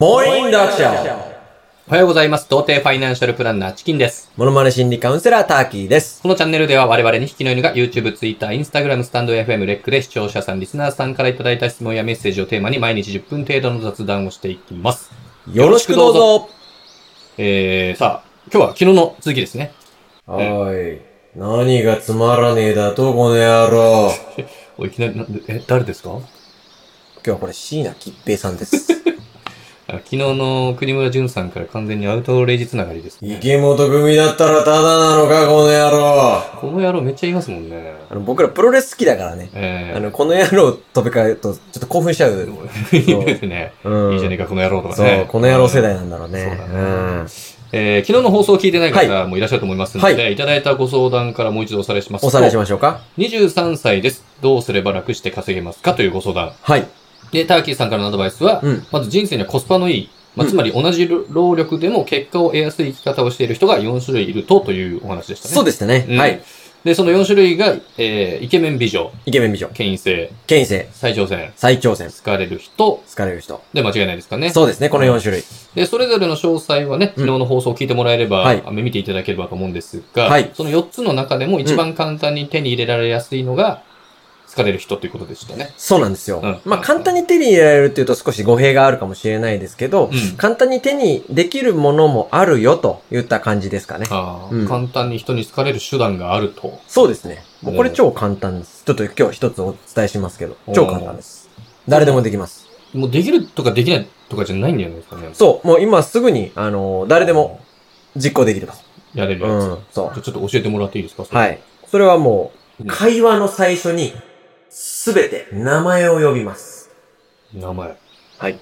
モーニング読書おはようございます。童貞ファイナンシャルプランナーチキンです。モノマネ心理カウンセラーターキーです。このチャンネルでは我々に引きの犬が YouTube、Twitter、Instagram、スタンド FM、レックで視聴者さん、リスナーさんからいただいた質問やメッセージをテーマに毎日10分程度の雑談をしていきます。よろしくどうぞえー、さあ、今日は昨日の続きですね。はーい。何がつまらねえだと、この野郎。おいきなりなんで、え、誰ですか今日はこれ、椎名桔平さん です。あ昨日の国村淳さんから完全にアウトレイジつながりですね。池本組だったらタダなのか、この野郎。この野郎めっちゃ言いますもんね。あの、僕らプロレス好きだからね。えー、あの、この野郎飛び交うと、ちょっと興奮しちゃう。 いいですね。うん。いいじゃねえか、この野郎とかそねう、。この野郎世代なんだろうね。そうだねえー昨日の放送を聞いてない方もいらっしゃると思いますので、、はいただいたご相談からもう一度おさらいしますうん。と。おさらいしましょうか。 23歳です。どうすれば楽して稼げますかというご相談。はい。で、ターキーさんからのアドバイスは、うん。まず人生にはコスパのいい、まあ、うんつまり同じ労力でも結果を得やすい生き方をしている人が4種類いるとというお話でしたね。そうでしたね。うんはい。で、その4種類が、えーイケメン美女、イケメン美女。権威性、権威性。最上線、再挑戦。好かれる人、好かれる人。で、間違いないですかね。そうですね、この4種類。で、それぞれの詳細はね、うん昨日の放送を聞いてもらえれば、はいあ見ていただければと思うんですが、はいその4つの中でも一番簡単に手に入れられやすいのが、好かれる人ということでしたね。そうなんですよ。うんまあ、簡単に手に入れられるっていうと少し語弊があるかもしれないですけど、うん簡単に手にできるものもあるよと言った感じですかね。ああ、うん簡単に人に好かれる手段があると。そうですね。もうこれ超簡単です。ちょっと今日一つお伝えしますけどお、ー超簡単です。誰でもできます。もうできるとかできないとかじゃないんじゃないですかね。そう、もう今すぐに、あのー誰でも実行できると。やれうるやつ。ん、そちょちょっと教えてもらっていいですか。う。はいい。それはもうう、ん会話の最初に、すべて名前を呼びます。名前。はい。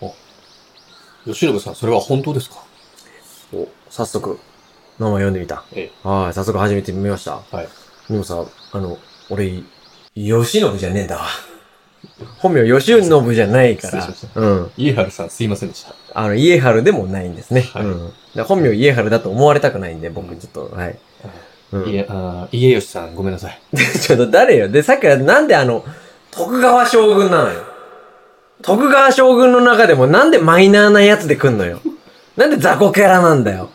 吉信さん、それは本当ですかお、早速、名前読んでみた。えはい、早速始めてみました。はい。でもさ、あの、俺、吉信じゃねえんだわ。 本名吉信じゃないか失ら礼しまし。うん。家原さん、すいませんでした。あの、家春でもないんですね。はいうん。だから本名家春だと思われたくないんで、う僕んちょっと、はい。う、うん家、あー家吉さん、ごめんなさい。 ちょっと誰よ。で、さっきからなんであの、徳川将軍なのよ。徳川将軍の中でもなんでマイナーなやつで来んのよ。なんで雑魚キャラなんだよ。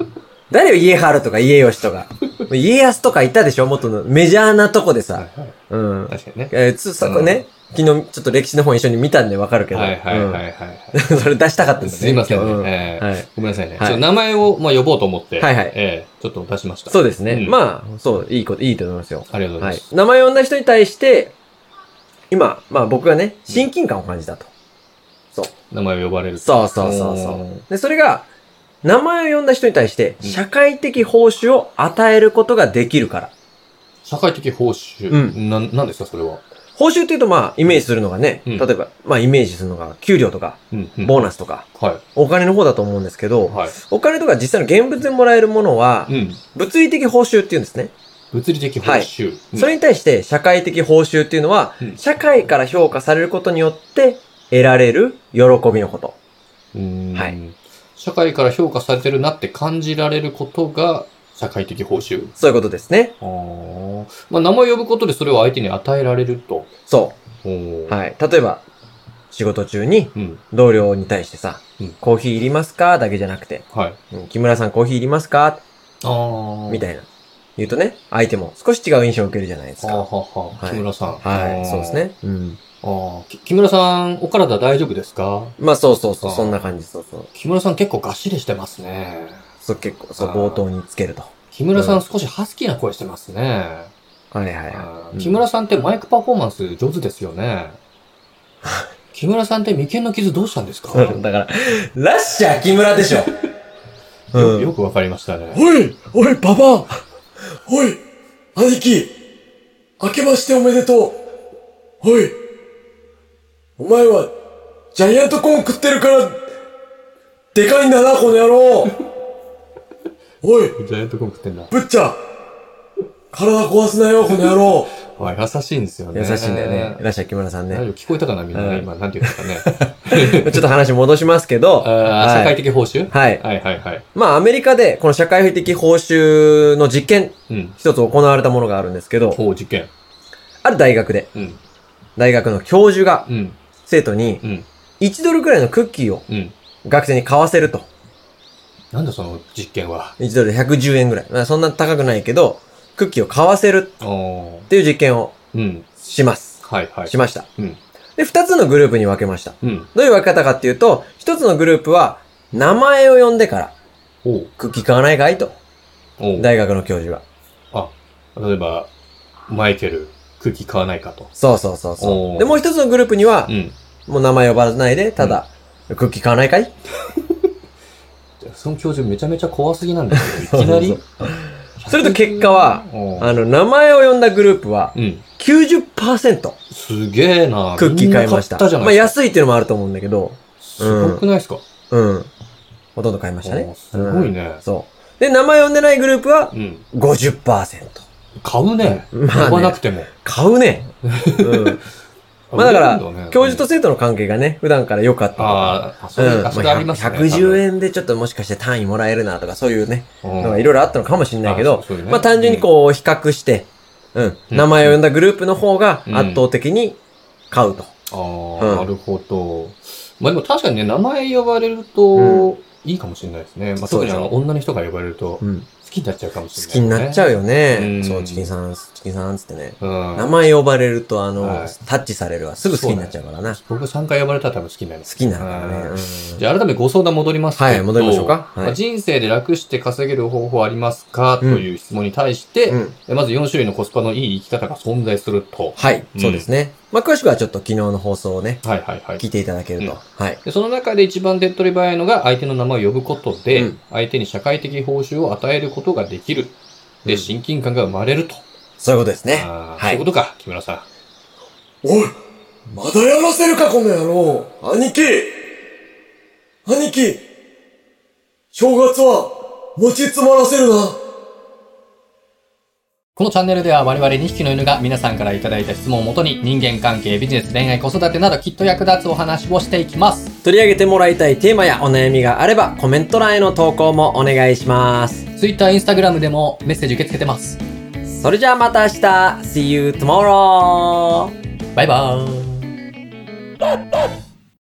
誰よ、家春とか家吉とか。家康とかいたでしょもっとのメジャーなとこではさ。いはい。うん。確かにね。えー、つ、そこね、昨日ちょっと歴史の本一緒に見たんでわかるけど。はいはいはいい。はいはい。それ出したかったん ですすね。いませんね。今日うんえーはい。ごめんなさいね。はいちょっと名前を、まあ、呼ぼうと思って、はいはいえーちょっと出しました。そうですね。うんまあ、そう、いいこと、いいと思いますよ。ありがとうござはいいます。。名前を呼んだ人に対して、今、まあ僕がね、親近感を感じたと。名前を呼ばれる。そうそうそうそう。う。で、それが、名前を呼んだ人に対して、うん社会的報酬を与えることができるから。社会的報酬。うな、なんですか、それは。報酬っていうと、まあ、イメージするのがね、うん例えば、まあ、イメージするのが、給料とか、うん、うん。ボーナスとか、はお金の方だと思うんですけい。ど、はい。お金とか実際の現物でもらえるものは、うん。物理的報酬っていうんですね。物理的報酬。うんそれに対して社会的報酬っていうのは、うん社会から評価されることによって得られる喜びのこと。うーんはい社会から評価されてるなって感じられることが、社会的報酬。そういうことですね。あーまあ、名前を呼ぶことでそれを相手に与えられると。そおーう。はい。例えば、仕事中にうん。同僚に対してさ、うんコーヒーいりますかだけじゃなくて、はい。うん木村さんコーヒーいりますかああ。みたいな。言うとね、相手も少し違う印象を受けるじゃないですはあか。はあはあはい木村さん。はい。あーそうです。ね。うん。ああ、き木村さん、お体大丈夫ですかまあそうそうそう、あーそんな感じ。そうそう。木村さん結構がっしりしてますね。そう結構、そう、あー冒頭につけると。木村さうん少しハスキーな声してますね。はいはいはあうーん木村さんってマイクパフォーマンス上手ですよね。 木村さんって眉間の傷どうしたんですかい。 だから、ラッシャー木村で しょ。よよくわかりましたね。おいおい、パパおい、兄貴明けましておめでとうおいお前は、ジャイアントコーン食ってるから、でかいんだな、この野郎おい、ジャイアントコーン食ってんだ。ぶっちゃ体壊すなよ、この野郎あ優しいんですよね。優しいんだよね。いねらっしゃい、木村さんね。聞こえたかなみんなね、うん今、なんて言うんで すかね。ちょっと話戻しますけど、あー社会的報酬はい。はいはいはい。まあ、アメリカで、この社会的報酬の実験、うん。一つ行われたものがあるんですけど、おう、事件。ある大学で、うん。大学の教授がうん。生徒にうん。 1ドルくらいのクッキーをうん。学生に買わせると。なんだその実験は。 1ドル110円ぐらい。まあそんな高くないけど、クッキーを買わせるおーっていう実験をうん。します。はいはい。しました。うん。で、2つのグループに分けました。うん。どういう分け方かっていうと、1つのグループは、名前を呼んでから、おう。クッキー買わないかいと。おう。大学の教授は。あ、例えば、マイケル、空気買わないかと。そうそうそうそおーう。で、もう1つのグループにはう、ん。もう名前呼ばないで、ただ、クッキー買わないかいその教授めちゃめちゃ怖すぎなんだ けど、いきなそりう。それと結果は、おうあの、名前を呼んだグループはうん。 90%すげえなクッキー買いました。みんな買ったじゃまあないですか。安いっていうのもあると思うんだけど、すごくないですかうん。ほとんど買いましたねお。すごいうんね。そう。で、名前呼んでないグループはうん。 50%。買うね。まあね買わなくても。買うね。うん。 まあだから、教授と生徒の関係がね、普段から良かったとか。ああ、うそんうまいうあ学がありますね。 110円でちょっともしかして単位もらえるなとか、そういうね、円のがいろいろあったのかもしれないけど、まあ単純にうこう比較して、うん、うん名前を呼んだグループの方がうん圧倒的に買うと。ん。うあんあ、なるほど。まあでも確かにね、名前呼ばれるうと、いいかもしれないですね。まあそう特でにしょあの、女の人が呼ばれると、好うん。きになっちゃうかもし好れきにない。なっちゃうよ。よねう。んそう、チキンさん、チキンさんっつってね。う名ん。前呼ばれると、あの、はいタッチされるわ。すぐ好きになっちゃうからな。好僕3回呼ばれたら多分好きになります。きになるからね。うんうんじゃあ改めてご相談戻りますけど。はい戻りましょうかはいまあ人生で楽して稼げる方法ありますかとうんいう質問に対して、うんえまず4種類のコスパのいい生き方が存在すると。はい、うんそうですね。まあ、詳しくはちょっと昨日の放送をね、はいはいはい聞。いていただけると。うんはい。でその中で一番手っ取り早いのが相手の名前を呼ぶことで、うん相手に社会的報酬を与えることができる。で、うん親近感が生まれると。そういうことですね。はあーいそういうことか、木村さおいまだやらせるか、この野郎兄貴兄貴正月は、餅つまらせるな。ん。このチャンネルでは我々2匹の犬が皆さんからいただいた質問をもとに人間関係、ビジネス、恋愛、子育てなどきっと役立つお話をしていきます。取り上げてもらいたいテーマやお悩みがあれば、コメント欄への投稿もお願いします。 Twitter、Instagram でもメッセージ受け付けてます。それじゃあまた明日 !See you tomorrow! バイバーイ。